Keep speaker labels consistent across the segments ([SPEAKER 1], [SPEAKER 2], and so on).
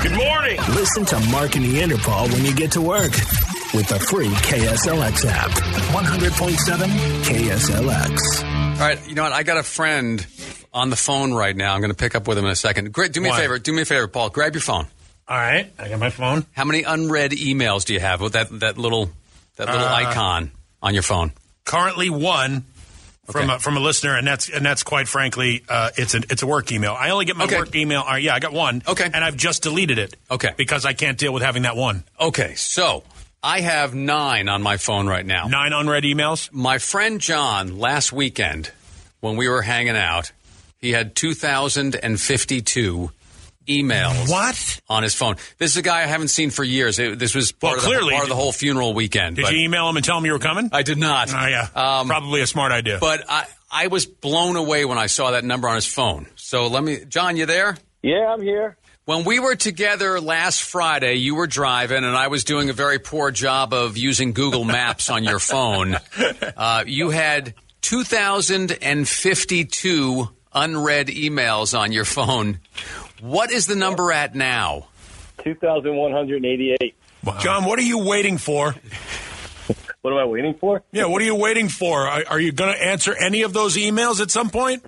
[SPEAKER 1] Good morning.
[SPEAKER 2] Listen to Mark and Neanderthal when you get to work with the free KSLX app. 100.7 KSLX.
[SPEAKER 3] All right, you know what? I got a friend on the phone right now. I'm going to pick up with him in a second. Great. Do me
[SPEAKER 4] Why?
[SPEAKER 3] a favor. Do me a favor, Paul. Grab your phone.
[SPEAKER 4] All right, I got my phone.
[SPEAKER 3] How many unread emails do you have with that that little that little
[SPEAKER 4] Uh,
[SPEAKER 3] icon on your phone?
[SPEAKER 4] Currently one from
[SPEAKER 3] Okay.
[SPEAKER 4] a, from a listener, and that's and that's quite frankly, uh, it's a it's a work email. I only get my
[SPEAKER 3] Okay.
[SPEAKER 4] work email. Uh, yeah, I got one.
[SPEAKER 3] Okay.
[SPEAKER 4] and I've just deleted it.
[SPEAKER 3] Okay.
[SPEAKER 4] because I can't deal with having that one
[SPEAKER 3] Okay, so I have nine on my phone right now.
[SPEAKER 4] nine unread emails.
[SPEAKER 3] My friend John last weekend when we were hanging out, he had 2,052 emails.
[SPEAKER 4] What?
[SPEAKER 3] On his phone. This is a guy I haven't seen for years. It- this was part,
[SPEAKER 4] Well,
[SPEAKER 3] of, the,
[SPEAKER 4] clearly-
[SPEAKER 3] part of the whole funeral weekend.
[SPEAKER 4] Did
[SPEAKER 3] but
[SPEAKER 4] you email him and tell him you were coming?
[SPEAKER 3] I did not.
[SPEAKER 4] Oh, yeah,
[SPEAKER 3] Um,
[SPEAKER 4] probably a smart idea.
[SPEAKER 3] but I, I was blown away when I saw that number on his phone. So let me, John, you there?
[SPEAKER 5] Yeah, I'm here.
[SPEAKER 3] When we were together last Friday, you were driving, and I was doing a very poor job of using Google Maps on your phone. Uh, you had 2,052 unread emails on your phone. What is the number at now?
[SPEAKER 5] 2,188.
[SPEAKER 4] John, what are you waiting for?
[SPEAKER 5] What am I waiting for?
[SPEAKER 4] Yeah, what are you waiting for? Are, are you going to answer any of those emails at some point?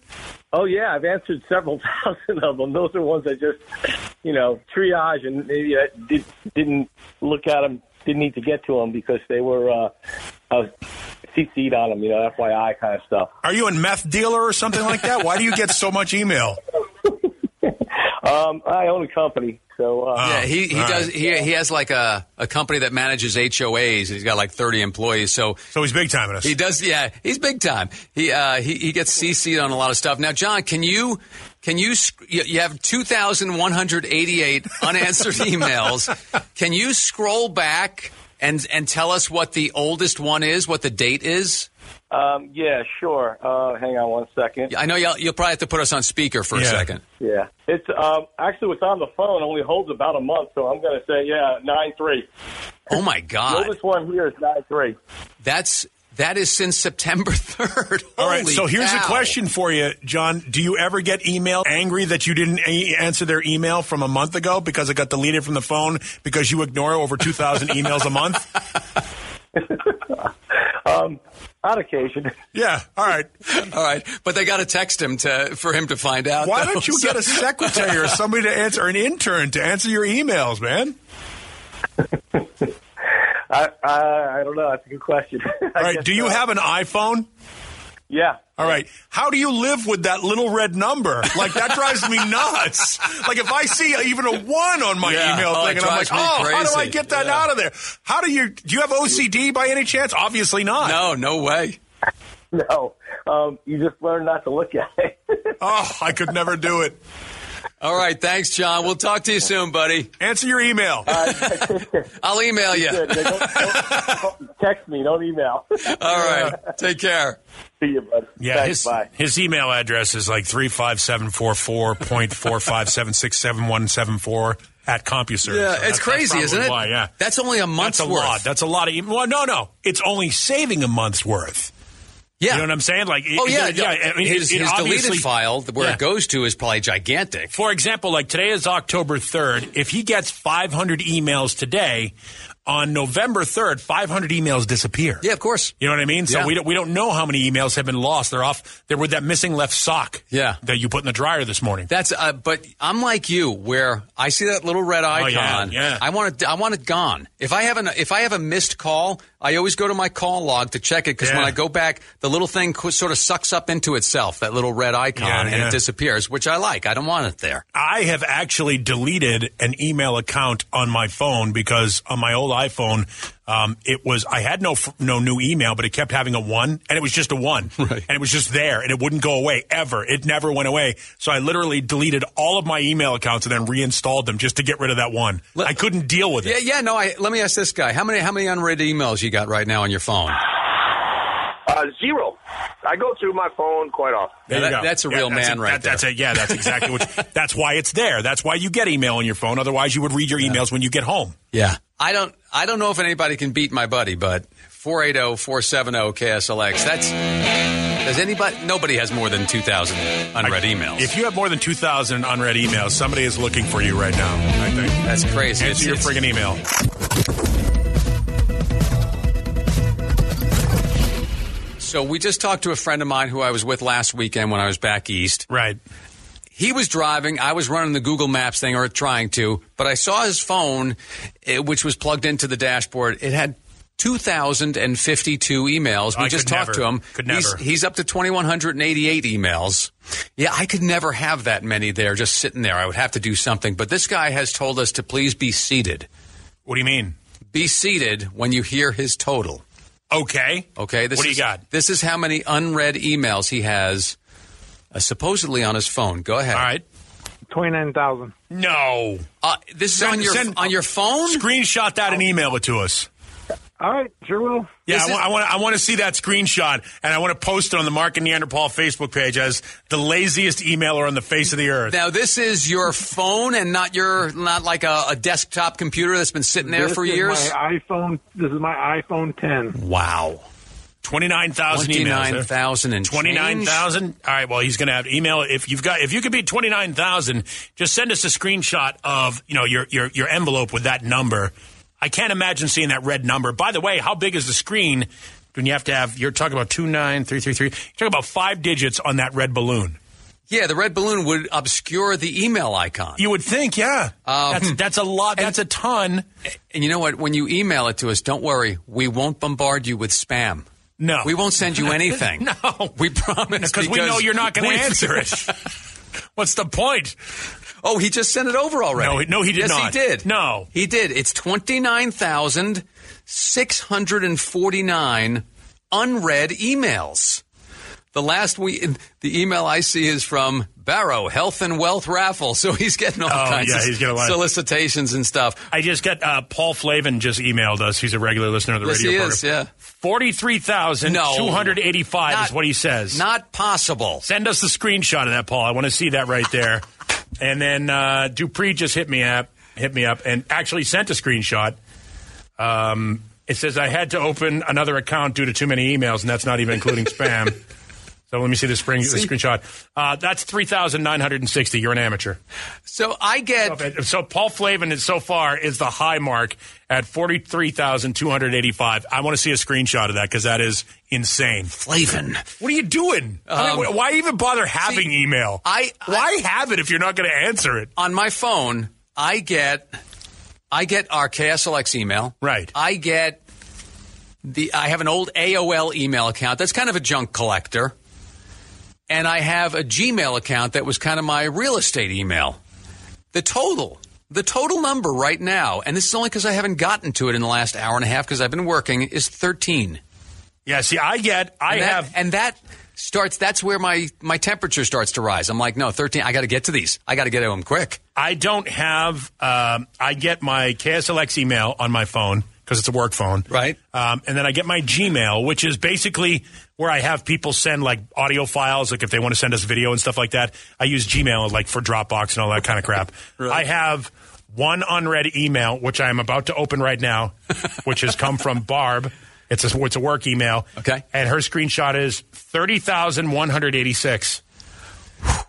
[SPEAKER 5] Oh, yeah, I've answered several thousand of them. Those are ones I just, you know, triage and maybe I did, didn't look at them, didn't need to get to them because they were, uh, I was CC'd on them, you know, FYI kind of stuff.
[SPEAKER 4] Are you a meth dealer or something like that? Why do you get so much email?
[SPEAKER 5] Um, I own a company, so, uh,
[SPEAKER 3] Yeah, he, he
[SPEAKER 4] Oh, all
[SPEAKER 3] does. He, he has like a, a company that manages HOAs. He's got like 30 employees. So
[SPEAKER 4] So he's big timing us.
[SPEAKER 3] He does, yeah. He's big time. He uh, he he gets CC'd on a lot of stuff. Now, John, can you can you sc- you you have two thousand one hundred eighty eight unanswered emails? Can you scroll back and and tell us what the oldest one is? What the date is?
[SPEAKER 5] um, yeah, sure. Uh, hang on one second.
[SPEAKER 3] I know you'll, you'll probably have to put us on speaker for a
[SPEAKER 4] Yeah.
[SPEAKER 3] second.
[SPEAKER 5] Yeah. It's, um, actually what's on the phone only holds about a month, so I'm going to say, yeah, 9-3.
[SPEAKER 3] Oh my
[SPEAKER 5] The
[SPEAKER 3] God,
[SPEAKER 5] oldest one here is 9-3.
[SPEAKER 3] that's that is since September third.
[SPEAKER 4] All right, so here's a question for you, John. Do you ever get email angry that you didn't a- answer their email from a month ago because it got deleted from the phone because you ignore over 2,000 emails a month?
[SPEAKER 5] On occasion.
[SPEAKER 4] Yeah, all right.
[SPEAKER 3] All right, but they got to text him to for him to find out.
[SPEAKER 4] Why
[SPEAKER 3] though.
[SPEAKER 4] don't you
[SPEAKER 3] So-
[SPEAKER 4] get a secretary or somebody to answer, or an intern to answer your emails, man?
[SPEAKER 5] I, I I don't know. That's a good question.
[SPEAKER 4] All right, do you have an iPhone?
[SPEAKER 5] Yeah.
[SPEAKER 4] All right. How do you live with that little red number? Like that drives me nuts. Like if I see even a one on my
[SPEAKER 3] Yeah.
[SPEAKER 4] email
[SPEAKER 3] Oh,
[SPEAKER 4] thing,
[SPEAKER 3] it
[SPEAKER 4] and I'm like,
[SPEAKER 3] drives me
[SPEAKER 4] oh, how do I
[SPEAKER 3] crazy."
[SPEAKER 4] get that
[SPEAKER 3] Yeah.
[SPEAKER 4] out of there? How do you? Do you have OCD by any chance? Obviously not.
[SPEAKER 3] No, no way.
[SPEAKER 5] No. Um, you just learn not to look at it.
[SPEAKER 4] Oh, I could never do it.
[SPEAKER 3] All right, thanks, John. We'll talk to you soon, buddy.
[SPEAKER 4] Answer your email.
[SPEAKER 3] Uh, I'll email you.
[SPEAKER 5] Good. Don't- don't- don't text me. Don't email.
[SPEAKER 3] All right, take care.
[SPEAKER 5] See you, bud. Thanks, bye.
[SPEAKER 4] his email address is like three five seven four four point four five seven six seven one seven four at CompuServe.
[SPEAKER 3] Yeah, it's crazy, isn't it? That's only a month's
[SPEAKER 4] That's a
[SPEAKER 3] worth.
[SPEAKER 4] lot. That's a lot of email. Well, no, no. It's only saving a month's worth.
[SPEAKER 3] Yeah.
[SPEAKER 4] You know what I'm saying? Like, it-
[SPEAKER 3] oh yeah,
[SPEAKER 4] it-
[SPEAKER 3] yeah.
[SPEAKER 4] I mean,
[SPEAKER 3] his,
[SPEAKER 4] it- it
[SPEAKER 3] his deleted
[SPEAKER 4] obviously-
[SPEAKER 3] file, where
[SPEAKER 4] Yeah.
[SPEAKER 3] it goes to, is probably gigantic.
[SPEAKER 4] For example, like today is October 3rd. If he gets 500 emails today, on November 3rd, 500 emails disappear.
[SPEAKER 3] Yeah, of course.
[SPEAKER 4] You know what I mean? So
[SPEAKER 3] Yeah.
[SPEAKER 4] we don't we don't know how many emails have been lost. They're off. They're with that missing left sock.
[SPEAKER 3] Yeah.
[SPEAKER 4] that you put in the dryer this morning.
[SPEAKER 3] That's uh, but I'm like you, where I see that little red icon.
[SPEAKER 4] Oh, yeah, yeah.
[SPEAKER 3] I want it. I want it gone. If I have an if I have a missed call, I always go to my call log to check it because
[SPEAKER 4] Yeah.
[SPEAKER 3] when I go back, the little thing co- sort of sucks up into itself that little red icon
[SPEAKER 4] Yeah,
[SPEAKER 3] and
[SPEAKER 4] yeah.
[SPEAKER 3] it disappears, which I like. I don't want it there.
[SPEAKER 4] I have actually deleted an email account on my phone because on my old iPhone, um, it was I had no f- no new email, but it kept having a one, and it was just a one,
[SPEAKER 3] Right.
[SPEAKER 4] and it was just there, and it wouldn't go away ever. It never went away. So I literally deleted all of my email accounts and then reinstalled them just to get rid of that one.
[SPEAKER 3] Let-
[SPEAKER 4] I couldn't deal with it.
[SPEAKER 3] Yeah, yeah. No, I, let me ask this guy: how many how many unread emails you got right now on your phone?
[SPEAKER 6] Uh, zero. I go through my phone quite often.
[SPEAKER 4] There
[SPEAKER 3] Yeah,
[SPEAKER 4] you
[SPEAKER 3] that-
[SPEAKER 4] go.
[SPEAKER 3] that's a
[SPEAKER 4] Yeah,
[SPEAKER 3] real man
[SPEAKER 4] it.
[SPEAKER 3] right
[SPEAKER 4] That- That's
[SPEAKER 3] there.
[SPEAKER 4] it. Yeah, that's exactly what. That's why it's there. That's why you get email on your phone. Otherwise, you would read your emails when you get home.
[SPEAKER 3] Yeah. I don't I don't know if anybody can beat my buddy, but oh, 480-470-KSLX. That's does anybody nobody has more than 2000 unread emails.
[SPEAKER 4] If you have more than two thousand unread emails, somebody is looking for you right now. I think.
[SPEAKER 3] That's crazy.
[SPEAKER 4] Answer your
[SPEAKER 3] It's- it's-
[SPEAKER 4] friggin' email.
[SPEAKER 3] So we just talked to a friend of mine who I was with last weekend when I was back east.
[SPEAKER 4] Right.
[SPEAKER 3] He was driving. I was running the Google Maps thing or trying to, but I saw his phone, eh, which was plugged into the dashboard. It had 2,052 emails. We
[SPEAKER 4] I
[SPEAKER 3] just
[SPEAKER 4] could
[SPEAKER 3] talked
[SPEAKER 4] never.
[SPEAKER 3] to him.
[SPEAKER 4] Could
[SPEAKER 3] He's,
[SPEAKER 4] never.
[SPEAKER 3] he's up to 2,188 emails. Yeah, I could never have that many there just sitting there. I would have to do something. But this guy has told us to please be seated.
[SPEAKER 4] What do you mean?
[SPEAKER 3] Be seated when you hear his total.
[SPEAKER 4] Okay.
[SPEAKER 3] Okay. This
[SPEAKER 4] what do
[SPEAKER 3] is,
[SPEAKER 4] you got?
[SPEAKER 3] This is how many unread emails he has uh, supposedly on his phone. Go ahead.
[SPEAKER 4] All right.
[SPEAKER 1] 29,000.
[SPEAKER 4] No.
[SPEAKER 3] Uh, this is on your
[SPEAKER 4] Send-
[SPEAKER 3] on your phone.
[SPEAKER 4] Screenshot that and email it to us.
[SPEAKER 1] All right, sure will.
[SPEAKER 4] Yeah,
[SPEAKER 3] This
[SPEAKER 4] I,
[SPEAKER 3] is-
[SPEAKER 4] want, I, want, I want to see that screenshot, and I want to post it on the Mark and Neanderthal Facebook page as the laziest emailer on the face of the earth.
[SPEAKER 3] Now this is your phone and not your not like a, a desktop computer that's been sitting there
[SPEAKER 1] This
[SPEAKER 3] for
[SPEAKER 1] is
[SPEAKER 3] years.
[SPEAKER 1] My iPhone. This is my iPhone 10.
[SPEAKER 3] Wow,
[SPEAKER 4] 29,000
[SPEAKER 3] twenty nine
[SPEAKER 4] emails. huh?
[SPEAKER 3] thousand and change?
[SPEAKER 4] 29,000? All right, well, he's going to have to email it. if you've got if you could be 29,000, just send us a screenshot of, you know, your your your envelope with that number. I can't imagine seeing that red number. By the way, how big is the screen when you have to have you're talking about 29333. You're talking about 5 digits on that red balloon.
[SPEAKER 3] Yeah, the red balloon would obscure the email icon.
[SPEAKER 4] You would think, yeah.
[SPEAKER 3] Um,
[SPEAKER 4] that's that's a lot. That's a ton.
[SPEAKER 3] and you know what? When you email it to us, don't worry, we won't bombard you with spam.
[SPEAKER 4] No.
[SPEAKER 3] we won't send you anything.
[SPEAKER 4] No.
[SPEAKER 3] we promise
[SPEAKER 4] because we know you're not going
[SPEAKER 3] we-
[SPEAKER 4] to answer it. What's the point?
[SPEAKER 3] Oh, he just sent it over already.
[SPEAKER 4] No, he- no, he did
[SPEAKER 3] yes,
[SPEAKER 4] not.
[SPEAKER 3] he did.
[SPEAKER 4] No.
[SPEAKER 3] he did. It's twenty nine thousand six hundred and forty nine unread emails. The last we the email I see is from Barrow Health and Wealth Raffle, so he's getting all
[SPEAKER 4] Oh,
[SPEAKER 3] kinds
[SPEAKER 4] yeah,
[SPEAKER 3] of
[SPEAKER 4] he's getting a lot of-
[SPEAKER 3] solicitations and stuff.
[SPEAKER 4] I just got uh, Paul Flavin just emailed us. He's a regular listener of the
[SPEAKER 3] Yes,
[SPEAKER 4] radio
[SPEAKER 3] he
[SPEAKER 4] program.
[SPEAKER 3] is, yeah.
[SPEAKER 4] Forty-three thousand two hundred eighty-five
[SPEAKER 3] Not-
[SPEAKER 4] is what he says.
[SPEAKER 3] Not possible.
[SPEAKER 4] Send us the screenshot of that, Paul. I want to see that right there. and then uh, Dupree just hit me up, hit me up, and actually sent a screenshot. Um, it says I had to open another account due to too many emails, and that's not even including spam. So let me see the, spring, the screenshot. Uh, that's three thousand nine hundred and sixty. You're an amateur.
[SPEAKER 3] So I get
[SPEAKER 4] Okay, So Paul Flavin is so far is the high mark at forty three thousand two hundred eighty five. I want to see a screenshot of that because that is insane.
[SPEAKER 3] Flavin.
[SPEAKER 4] What are you doing? I mean, wh- why even bother having email?
[SPEAKER 3] Um, I- I-
[SPEAKER 4] why have it if you're not going to answer it?
[SPEAKER 3] on my phone, I get I get our KSLX email.
[SPEAKER 4] Right.
[SPEAKER 3] I get the I have an old AOL email account that's kind of a junk collector. And I have a Gmail account that was kind of my real estate email. The total, the total number right now, and this is only because I haven't gotten to it in the last hour and a half because I've been working, is 13.
[SPEAKER 4] Yeah. See, I get. I
[SPEAKER 3] And that,
[SPEAKER 4] have.
[SPEAKER 3] and that starts, that's where my, my temperature starts to rise. I'm like, no, 13, I got to get to these. I got to get to them quick.
[SPEAKER 4] I don't have. Um, I get my KSLX email on my phone because it's a work phone,
[SPEAKER 3] Right.
[SPEAKER 4] Um, and then I get my Gmail, which is basically where I have people send like audio files, like if they want to send us video and stuff like that. I use Gmail like for Dropbox and all that kind of crap. I have one unread email which I am about to open right now, which has come from Barb. It's a, it's a work email.
[SPEAKER 3] Okay.
[SPEAKER 4] And her screenshot is thirty thousand one hundred eighty six.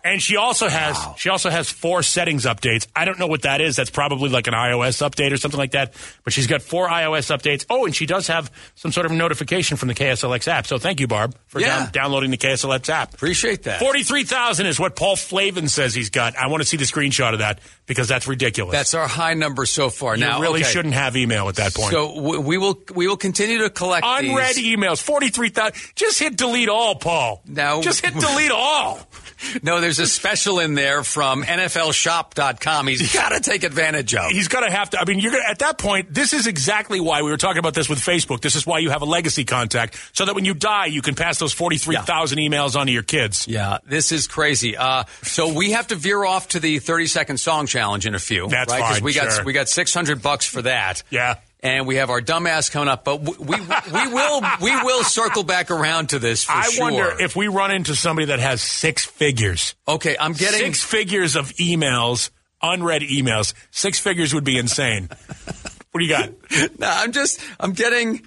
[SPEAKER 4] And she also has she also has four settings updates. I don't know what that is. That's probably like an iOS update or something like that. But she's got four iOS updates. Oh, and she does have some sort of notification from the KSLX app. So thank you, Barb, for
[SPEAKER 3] Yeah.
[SPEAKER 4] down- downloading the KSLX app.
[SPEAKER 3] Appreciate that.
[SPEAKER 4] Forty three thousand is what Paul Flavin says he's got. I want to see the screenshot of that because that's ridiculous.
[SPEAKER 3] That's our high number so far.
[SPEAKER 4] you
[SPEAKER 3] now
[SPEAKER 4] really
[SPEAKER 3] okay.
[SPEAKER 4] shouldn't have email at that point.
[SPEAKER 3] So w- we will we will continue to collect
[SPEAKER 4] Unread
[SPEAKER 3] these.
[SPEAKER 4] emails, forty three thousand. Just hit delete all, Paul.
[SPEAKER 3] No.
[SPEAKER 4] just hit delete all.
[SPEAKER 3] No, there's a special in there from NFLShop.com. He's got to take advantage of.
[SPEAKER 4] he's going to have to. I mean, you're gonna, at that point. This is exactly why we were talking about this with Facebook. This is why you have a legacy contact, so that when you die, you can pass those forty three thousand emails on to your kids.
[SPEAKER 3] Yeah, this is crazy. Uh, so we have to veer off to the 30 second song challenge in a few.
[SPEAKER 4] That's
[SPEAKER 3] right? 'Cause
[SPEAKER 4] fine,
[SPEAKER 3] we
[SPEAKER 4] sure.
[SPEAKER 3] got we got 600 bucks for that.
[SPEAKER 4] Yeah.
[SPEAKER 3] And we have our dumbass coming up, but we we, we will we will circle back around to this. For
[SPEAKER 4] I
[SPEAKER 3] sure.
[SPEAKER 4] wonder if we run into somebody that has six figures,
[SPEAKER 3] okay. I'm getting
[SPEAKER 4] six figures of emails, unread emails. Six figures would be insane. what do you got?
[SPEAKER 3] No, I'm just I'm getting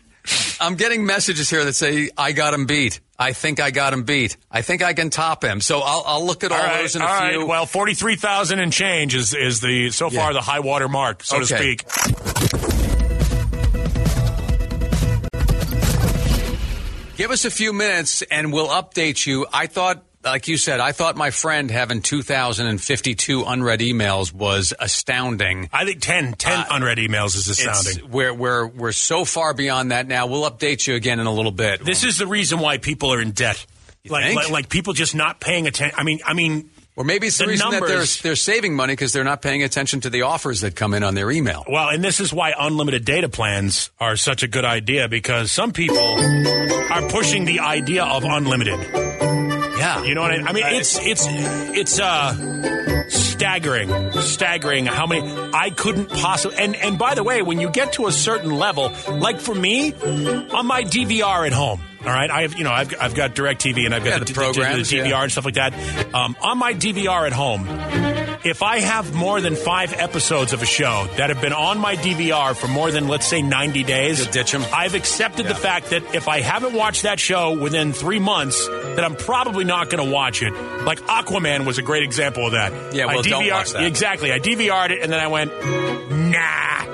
[SPEAKER 3] I'm getting messages here that say I got him beat. I think I got him beat. I think I can top him. So I'll, I'll look at all,
[SPEAKER 4] All right,
[SPEAKER 3] those in
[SPEAKER 4] all
[SPEAKER 3] a
[SPEAKER 4] right.
[SPEAKER 3] few.
[SPEAKER 4] Well, forty-three thousand and change is is the so far the high water mark, so to
[SPEAKER 3] Okay.
[SPEAKER 4] speak.
[SPEAKER 3] Give us a few minutes and we'll update you. I thought, like you said, I thought my friend having 2,052 unread emails was astounding.
[SPEAKER 4] I think 10, 10 unread emails is astounding.
[SPEAKER 3] Uh, It's- We're, we're, we're so far beyond that now. We'll update you again in a little bit.
[SPEAKER 4] This is the reason why people are in debt. Like,
[SPEAKER 3] think?
[SPEAKER 4] like like people just not paying attention. I mean, I mean,
[SPEAKER 3] or maybe it's the,
[SPEAKER 4] the
[SPEAKER 3] reason
[SPEAKER 4] numbers-
[SPEAKER 3] that they're, they're saving money because they're not paying attention to the offers that come in on their email.
[SPEAKER 4] well, and this is why unlimited data plans are such a good idea because some people are pushing the idea of unlimited.
[SPEAKER 3] Yeah.
[SPEAKER 4] You know what I mean? I mean, it's it's it's uh staggering, staggering how many I couldn't possibly. And and by the way, when you get to a certain level, like for me, on my DVR at home, all right, I have you know I've I've got DirecTV and I've got
[SPEAKER 3] Yeah,
[SPEAKER 4] the,
[SPEAKER 3] the
[SPEAKER 4] d- d-
[SPEAKER 3] programs,
[SPEAKER 4] the DVR
[SPEAKER 3] yeah.
[SPEAKER 4] and stuff like that. Um, on my DVR at home, if I have more than five episodes of a show that have been on my DVR for more than, let's say, 90 days,
[SPEAKER 3] You'll ditch 'em.
[SPEAKER 4] I've accepted the fact that if I haven't watched that show within three months, that I'm probably not going to watch it. Like Aquaman was a great example of that.
[SPEAKER 3] Yeah, well,
[SPEAKER 4] I DVR,
[SPEAKER 3] don't watch that.
[SPEAKER 4] Exactly. I DVR'd it and then I went, nah.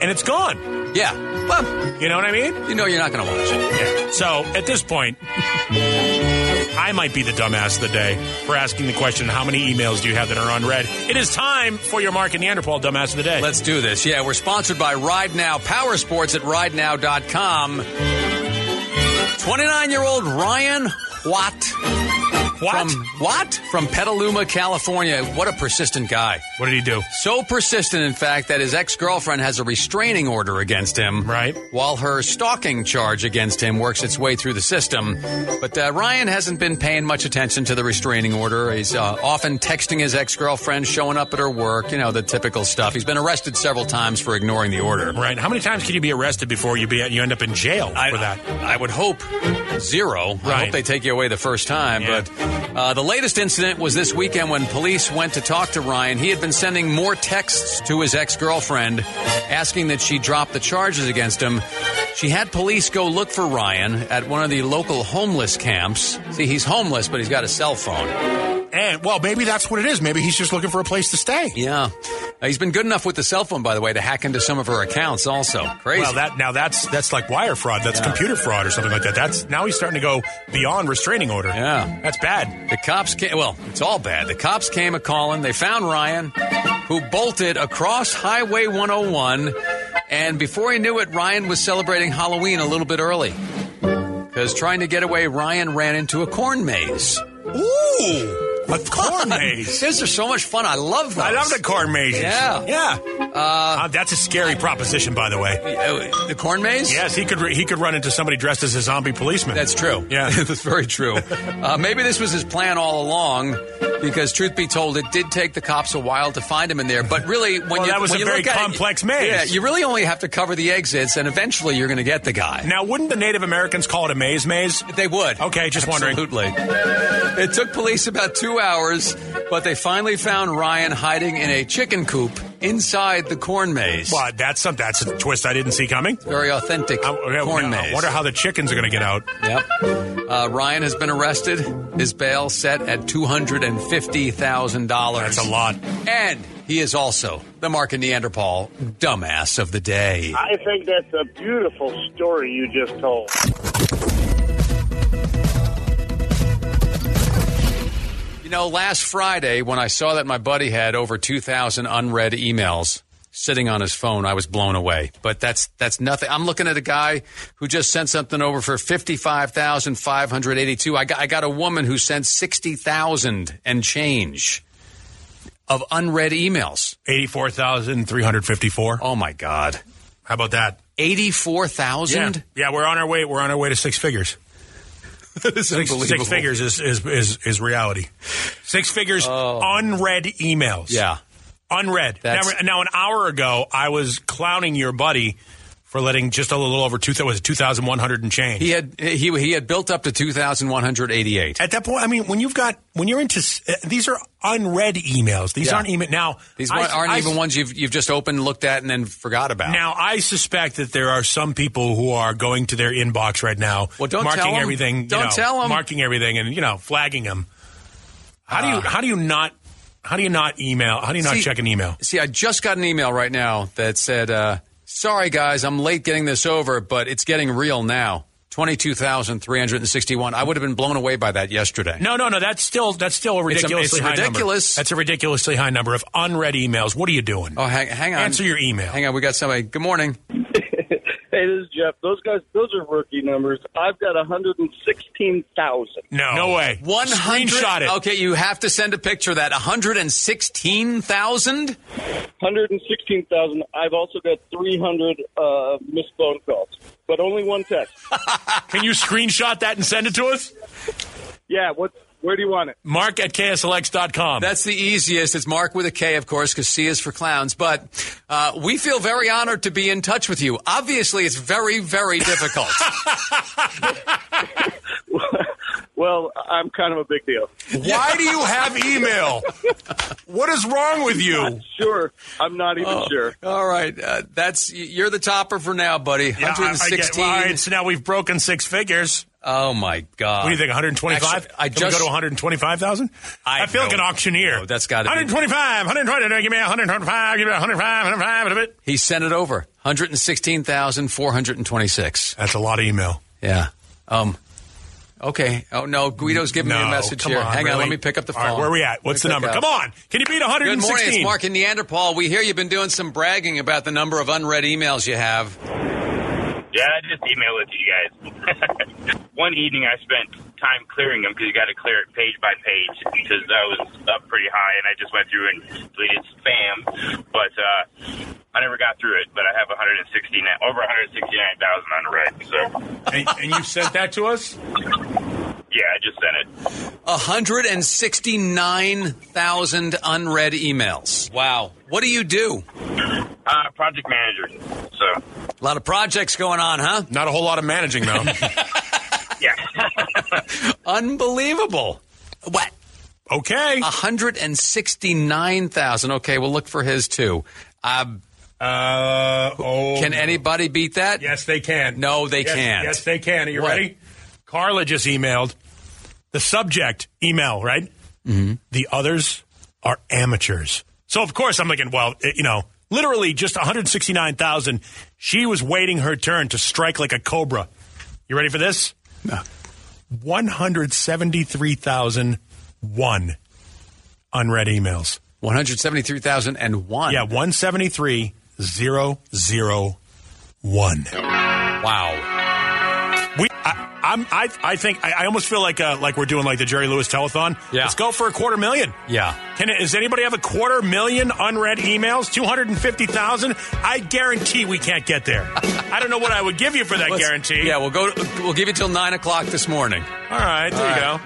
[SPEAKER 4] And it's gone.
[SPEAKER 3] yeah. Well,
[SPEAKER 4] You know what I mean?
[SPEAKER 3] you know you're not going to watch it.
[SPEAKER 4] Yeah. So at this point, I might be the dumbass of the day for asking the question how many emails do you have that are unread? It is time for your Mark and Neanderthal dumbass of the day.
[SPEAKER 3] Let's do this. Yeah, we're sponsored by Ride Now Power Sports at ridenow.com. 29 year old Ryan Watt.
[SPEAKER 4] what?
[SPEAKER 3] From what? From Petaluma, California. What a persistent guy.
[SPEAKER 4] what did he do?
[SPEAKER 3] So persistent, in fact, that his ex girlfriend has a restraining order against him.
[SPEAKER 4] Right.
[SPEAKER 3] While her stalking charge against him works its way through the system. But uh, Ryan hasn't been paying much attention to the restraining order. He's uh, often texting his ex girlfriend, showing up at her work, you know, the typical stuff. He's been arrested several times for ignoring the order.
[SPEAKER 4] Right. How many times can you be arrested before you be you end up in jail
[SPEAKER 3] I,
[SPEAKER 4] for that?
[SPEAKER 3] I would hope zero. I hope
[SPEAKER 4] Right.
[SPEAKER 3] they take you away the first time.
[SPEAKER 4] Yeah.
[SPEAKER 3] But uh, the latest incident was this weekend when police went to talk to Ryan. He had been sending more texts to his ex girlfriend asking that she drop the charges against him. She had police go look for Ryan at one of the local homeless camps. See, he's homeless, but he's got a cell phone.
[SPEAKER 4] And well, maybe that's what it is. Maybe he's just looking for a place to stay.
[SPEAKER 3] Yeah. Uh, he's been good enough with the cell phone, by the way, to hack into some of her accounts also. Crazy.
[SPEAKER 4] Well, that now that's that's like wire fraud. That's computer fraud or something like that. That's now he's starting to go beyond restraining order.
[SPEAKER 3] Yeah.
[SPEAKER 4] that's bad.
[SPEAKER 3] The cops came. Well, it's all bad. The cops came a calling. They found Ryan, who bolted across Highway 101, and before he knew it, Ryan was celebrating Halloween a little bit early. Because trying to get away, Ryan ran into a corn maze.
[SPEAKER 4] Ooh, a corn maze.
[SPEAKER 3] These are so much fun. I love those.
[SPEAKER 4] I love the corn mazes.
[SPEAKER 3] Yeah.
[SPEAKER 4] yeah. Uh, that's a scary proposition, by the way.
[SPEAKER 3] Uh, the corn maze.
[SPEAKER 4] Yes, he could re- he could run into somebody dressed as a zombie policeman.
[SPEAKER 3] That's true.
[SPEAKER 4] Yeah.
[SPEAKER 3] that's very true. Uh, maybe this was his plan all along, because truth be told, it did take the cops a while to find him in there. But really, when
[SPEAKER 4] Well,
[SPEAKER 3] you
[SPEAKER 4] that was
[SPEAKER 3] when
[SPEAKER 4] a
[SPEAKER 3] you
[SPEAKER 4] very
[SPEAKER 3] look at it,
[SPEAKER 4] complex maze.
[SPEAKER 3] Yeah, you really only have to cover the exits, and eventually you're going to get the guy.
[SPEAKER 4] now. Wouldn't the Native Americans call it a maze maze?
[SPEAKER 3] They would.
[SPEAKER 4] Okay, just wondering.
[SPEAKER 3] Absolutely. It took police about two hours, but they finally found Ryan hiding in a chicken coop inside the corn maze.
[SPEAKER 4] Well, that's some that's a twist I didn't see coming.
[SPEAKER 3] Very authentic
[SPEAKER 4] I, I-
[SPEAKER 3] corn
[SPEAKER 4] I
[SPEAKER 3] maze.
[SPEAKER 4] wonder how the chickens are going to get out.
[SPEAKER 3] Yep. Uh, Ryan has been arrested. His bail set at two hundred and fifty thousand dollars.
[SPEAKER 4] That's a lot.
[SPEAKER 3] And he is also the Mark and Neanderthal dumbass of the day.
[SPEAKER 7] I think that's a beautiful story you just told.
[SPEAKER 3] You know, last Friday when I saw that my buddy had over 2,000 unread emails sitting on his phone, I was blown away. But that's that's nothing. I'm looking at a guy who just sent something over for 55,582. I got I got a woman who sent 60,000 and change of unread emails.
[SPEAKER 4] Eighty-four thousand three hundred fifty-four.
[SPEAKER 3] Oh my god.
[SPEAKER 4] How about that?
[SPEAKER 3] 84,000?
[SPEAKER 4] yeah, we're on our way. We're on our way to six figures. Six,
[SPEAKER 3] unbelievable.
[SPEAKER 4] six figures is, is is is reality. Six figures unread emails.
[SPEAKER 3] Oh. Yeah.
[SPEAKER 4] unread. Now,
[SPEAKER 3] That's-
[SPEAKER 4] now, an hour ago, I was clowning your buddy for letting just a little over two. Was it two thousand one hundred and change?
[SPEAKER 3] He had he he had built up to two thousand one hundred eighty eight.
[SPEAKER 4] At that point, I mean, when you've got when you're into s- uh, these are unread emails. These
[SPEAKER 3] Yeah.
[SPEAKER 4] aren't email now.
[SPEAKER 3] These
[SPEAKER 4] I-
[SPEAKER 3] aren't
[SPEAKER 4] I-
[SPEAKER 3] even ones you've you've just opened, looked at, and then forgot about.
[SPEAKER 4] Now I suspect that there are some people who are going to their inbox right now,
[SPEAKER 3] Well, don't
[SPEAKER 4] marking
[SPEAKER 3] tell 'em.
[SPEAKER 4] everything. you
[SPEAKER 3] Don't
[SPEAKER 4] know,
[SPEAKER 3] tell 'em.
[SPEAKER 4] marking everything, and you know, flagging them. How do you how do you not how do you not email? How do you not
[SPEAKER 3] Ah. See-
[SPEAKER 4] check an email?
[SPEAKER 3] See, I just got an email right now that said, uh, "Sorry guys, I'm late getting this over, but it's getting real now." Twenty-two thousand three hundred and sixty-one. I would have been blown away by that yesterday.
[SPEAKER 4] No, no, no. That's still that's still a
[SPEAKER 3] It's a-
[SPEAKER 4] ridiculously
[SPEAKER 3] it's
[SPEAKER 4] high
[SPEAKER 3] ridiculous.
[SPEAKER 4] number. That's a ridiculously high number of unread emails. What are you doing?
[SPEAKER 3] Oh, hang, hang on.
[SPEAKER 4] Answer your email.
[SPEAKER 3] Hang on, we got somebody. Good morning.
[SPEAKER 5] Hey, this is Jeff. Those guys, those are rookie numbers. I've got 116,000.
[SPEAKER 4] No, no way.
[SPEAKER 3] One hundred.
[SPEAKER 4] Screenshot it.
[SPEAKER 3] Okay, you have to send a picture of that. One hundred and sixteen thousand.
[SPEAKER 5] 116,000. I've also got 300 uh, missed phone calls, but only one text.
[SPEAKER 4] Can you screenshot that and send it to us?
[SPEAKER 5] Yeah, what? Where do you want it?
[SPEAKER 4] Mark at kslx.com.
[SPEAKER 3] That's the easiest. It's Mark with a K, of course, because C is for clowns. But uh, we feel very honored to be in touch with you. Obviously, it's very, very difficult.
[SPEAKER 5] Well, I'm kind of a big deal.
[SPEAKER 4] Why do you have email? what is wrong with you?
[SPEAKER 5] Sure, I'm not even
[SPEAKER 3] Oh.
[SPEAKER 5] sure.
[SPEAKER 3] All right, uh, that's you're the topper for now, buddy.
[SPEAKER 4] Yeah, I- I get-
[SPEAKER 3] 116.
[SPEAKER 4] well, all right, so now we've broken six figures.
[SPEAKER 3] oh my God!
[SPEAKER 4] What do you think? 125?
[SPEAKER 3] Actually, I
[SPEAKER 4] Can
[SPEAKER 3] just
[SPEAKER 4] we go to 125,000?
[SPEAKER 3] I
[SPEAKER 4] feel like
[SPEAKER 3] don't
[SPEAKER 4] an auctioneer.
[SPEAKER 3] know. That's gotta be-
[SPEAKER 4] 125, 120. no, Give me 125. Give me 125. 125. and a bit.
[SPEAKER 3] he sent it over 116,426.
[SPEAKER 4] That's a lot of email.
[SPEAKER 3] Yeah. Um. Okay. Oh no, Guido's giving me a
[SPEAKER 4] No,
[SPEAKER 3] message
[SPEAKER 4] come
[SPEAKER 3] here.
[SPEAKER 4] on,
[SPEAKER 3] Hang on,
[SPEAKER 4] really?
[SPEAKER 3] let me pick up the
[SPEAKER 4] All
[SPEAKER 3] phone.
[SPEAKER 4] right, where are we at? What's the
[SPEAKER 3] Let me
[SPEAKER 4] number?
[SPEAKER 3] pick
[SPEAKER 4] Come
[SPEAKER 3] up.
[SPEAKER 4] on. Can you beat
[SPEAKER 3] Good
[SPEAKER 4] 116?
[SPEAKER 3] morning, it's Mark and Neanderthal. We hear you've been doing some bragging about the number of unread emails you have.
[SPEAKER 8] Yeah, I just emailed it to you guys. One evening, I spent time clearing them because you got to clear it page by page because I was up pretty high, and I just went through and deleted spam. But uh, I never got through it. But I have 169 over 169,000 on the red. So
[SPEAKER 4] and, and you sent that to us?
[SPEAKER 8] yeah, I just sent it.
[SPEAKER 3] 169,000 unread emails. Wow. What do you do?
[SPEAKER 8] Uh, project manager. So
[SPEAKER 3] A lot of projects going on, huh?
[SPEAKER 4] Not a whole lot of managing, though.
[SPEAKER 8] yeah,
[SPEAKER 3] Unbelievable. What?
[SPEAKER 4] okay.
[SPEAKER 3] Ah. 169,000. Okay, we'll look for his too. Um,
[SPEAKER 4] Uh, oh,
[SPEAKER 3] can anybody beat that?
[SPEAKER 4] Yes, they can.
[SPEAKER 3] No, they
[SPEAKER 4] Yes-
[SPEAKER 3] can't.
[SPEAKER 4] Yes, they can. Are you
[SPEAKER 3] What?
[SPEAKER 4] ready? Carla just emailed the subject email, right? Mm-hmm. The others are amateurs. So, of course, I'm thinking, well, it- you know, literally just 169,000. She was waiting her turn to strike like a cobra. You ready for this? 173,001 unread emails.
[SPEAKER 3] 173,001.
[SPEAKER 4] Yeah, 173,001.
[SPEAKER 3] Wow.
[SPEAKER 4] We, I, I'm, I, I think I, I almost feel like uh, like we're doing like the Jerry Lewis telethon.
[SPEAKER 3] Yeah.
[SPEAKER 4] Let's go for a quarter million.
[SPEAKER 3] Yeah.
[SPEAKER 4] Can it, does anybody have a quarter million unread emails? Two hundred and fifty thousand. I guarantee we can't get there. I don't know what I would give you for that
[SPEAKER 3] Let's-
[SPEAKER 4] guarantee.
[SPEAKER 3] Yeah, we'll go. We'll give you till nine o'clock this morning.
[SPEAKER 4] All right. There you go.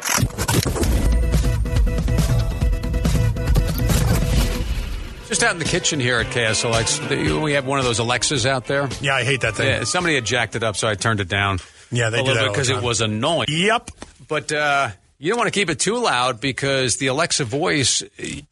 [SPEAKER 3] Just out in the kitchen here at KSLX, the- we have one of those Alexas out there.
[SPEAKER 4] Yeah, I hate that thing.
[SPEAKER 3] Yeah, Uh, somebody had jacked it up, so I turned it down.
[SPEAKER 4] Yeah, they
[SPEAKER 3] a little
[SPEAKER 4] do that
[SPEAKER 3] bit
[SPEAKER 4] all the
[SPEAKER 3] because it
[SPEAKER 4] time.
[SPEAKER 3] was annoying.
[SPEAKER 4] Yep.
[SPEAKER 3] But uh, you don't want to keep it too loud because the Alexa voice,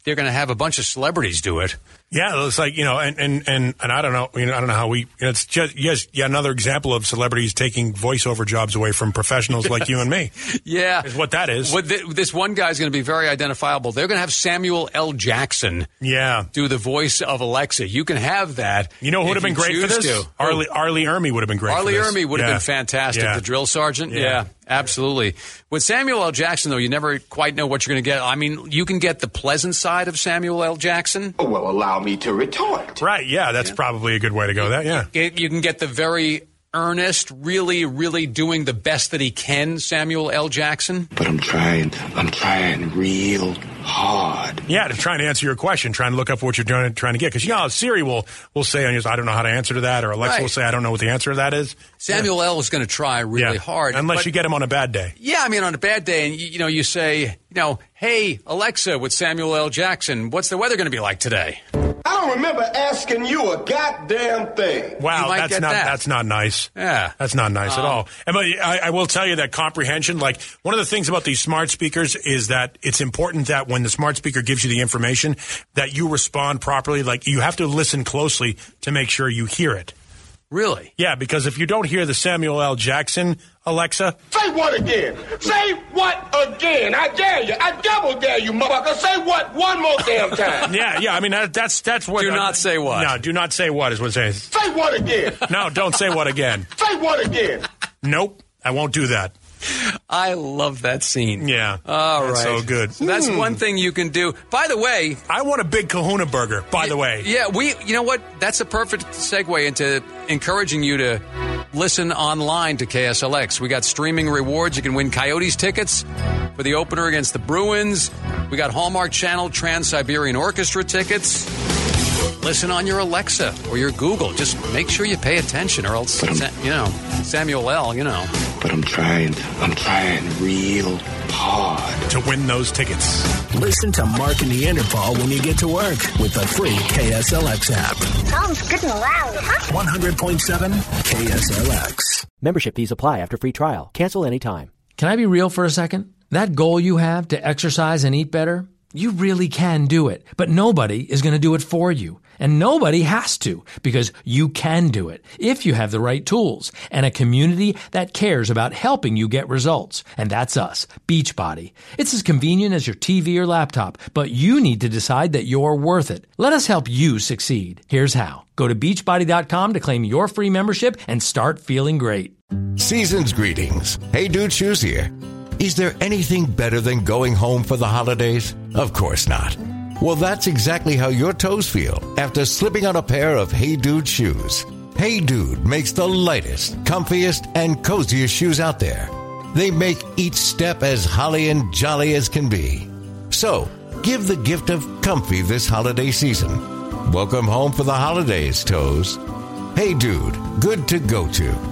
[SPEAKER 3] they're going to have a bunch of celebrities do it.
[SPEAKER 4] Yeah, it's like you know, and and and, and I don't know, you know, I don't know how we. You know, it's just yes, yeah, another example of celebrities taking voiceover jobs away from professionals like you and me.
[SPEAKER 3] Yeah.
[SPEAKER 4] Is what that is.
[SPEAKER 3] What th- this one guy's going to be very identifiable. They're going to have Samuel L. Jackson
[SPEAKER 4] Yeah.
[SPEAKER 3] do the voice of Alexa. You can have that.
[SPEAKER 4] You know who would
[SPEAKER 3] if
[SPEAKER 4] have been
[SPEAKER 3] you
[SPEAKER 4] great for
[SPEAKER 3] choose
[SPEAKER 4] this?
[SPEAKER 3] to.
[SPEAKER 4] Arlie Arlie Ermy would have been great.
[SPEAKER 3] Arlie
[SPEAKER 4] for this.
[SPEAKER 3] Ermy would have
[SPEAKER 4] Yeah.
[SPEAKER 3] been fantastic,
[SPEAKER 4] Yeah.
[SPEAKER 3] the drill sergeant.
[SPEAKER 4] Yeah.
[SPEAKER 3] Yeah. absolutely. With Samuel L. Jackson, though, you never quite know what you're going to get. I mean, you can get the pleasant side of Samuel L. Jackson.
[SPEAKER 9] Well, allow me to retort.
[SPEAKER 4] Right? Yeah, that's probably a good way to go. That yeah.
[SPEAKER 3] It- you can get the very earnest, really, really doing the best that he can, Samuel L. Jackson.
[SPEAKER 9] But I'm trying, I'm trying real hard.
[SPEAKER 4] Yeah, to try and answer your question, trying to look up what you're trying, trying to get. Because, you know, how Siri will, will say, on yours, I don't know how to answer to that, or Alexa
[SPEAKER 3] Right.
[SPEAKER 4] will say, I don't know what the answer to that is.
[SPEAKER 3] Samuel L. is going to try really
[SPEAKER 4] Yeah.
[SPEAKER 3] hard.
[SPEAKER 4] Unless
[SPEAKER 3] but-
[SPEAKER 4] you get him on a bad day.
[SPEAKER 3] Yeah, I mean, on a bad day, and you, you know, you say, you know, hey, Alexa with Samuel L. Jackson, what's the weather going to be like today?
[SPEAKER 9] I
[SPEAKER 10] don't remember asking you a goddamn thing.
[SPEAKER 4] Wow,
[SPEAKER 3] You might
[SPEAKER 4] that's
[SPEAKER 3] get
[SPEAKER 4] not
[SPEAKER 3] that.
[SPEAKER 4] that's not nice.
[SPEAKER 3] Yeah. Oh.
[SPEAKER 4] that's not nice at all. And but I, I will tell you that comprehension, like one of the things about these smart speakers, is that it's important that when the smart speaker gives you the information, that you respond properly. Like you have to listen closely to make sure you hear it.
[SPEAKER 3] Really?
[SPEAKER 4] Yeah, because if you don't hear the Samuel L. Jackson Alexa,
[SPEAKER 10] Say what again? Say what again? I dare you. I double dare you, motherfucker. Say what one more damn time.
[SPEAKER 4] yeah, yeah, I mean that, that's that's what.
[SPEAKER 3] Do not say what.
[SPEAKER 4] No, do not say what is what it says.
[SPEAKER 10] Say what again?
[SPEAKER 4] No, don't say what again.
[SPEAKER 10] Say what again?
[SPEAKER 4] Nope, I won't do that.
[SPEAKER 3] I love that scene.
[SPEAKER 4] Yeah,
[SPEAKER 3] All right.
[SPEAKER 4] That's so good. Hmm.
[SPEAKER 3] So that's one thing you can do. By the way,
[SPEAKER 4] I want a big Kahuna burger. By the way,
[SPEAKER 3] yeah, we, you know what? That's a perfect segue into encouraging you to listen online to KSLX. We got streaming rewards. You can win Coyotes tickets for the opener against the Bruins. We got Hallmark Channel Trans Siberian Orchestra tickets. Listen on your Alexa or your Google. Just make sure you pay attention, or else, Sa- you know, Samuel L., you know.
[SPEAKER 9] But I'm trying, I'm trying real hard.
[SPEAKER 4] to win those tickets.
[SPEAKER 2] Listen to Mark and Neanderthal when you get to work with the free KSLX app.
[SPEAKER 11] Sounds good and loud, huh?
[SPEAKER 2] 100.7 KSLX.
[SPEAKER 12] Membership fees apply after free trial. Cancel anytime.
[SPEAKER 13] Can I be real for a second? That goal you have to exercise and eat better, you really can do it. But nobody is going to do it for you. And nobody has to because you can do it if you have the right tools and a community that cares about helping you get results. And that's us, Beachbody. It's as convenient as your TV or laptop, but you need to decide that you're worth it. Let us help you succeed. Here's how. Go to beachbody.com to claim your free membership and start feeling great.
[SPEAKER 14] Season's greetings. Hey Dude Shoes here. Is there anything better than going home for the holidays? Of course not. Well, that's exactly how your toes feel after slipping on a pair of Hey Dude shoes. Hey Dude makes the lightest, comfiest, and coziest shoes out there. They make each step as holly and jolly as can be. So, give the gift of comfy this holiday season. Welcome home for the holidays, toes. Hey Dude, good to go to.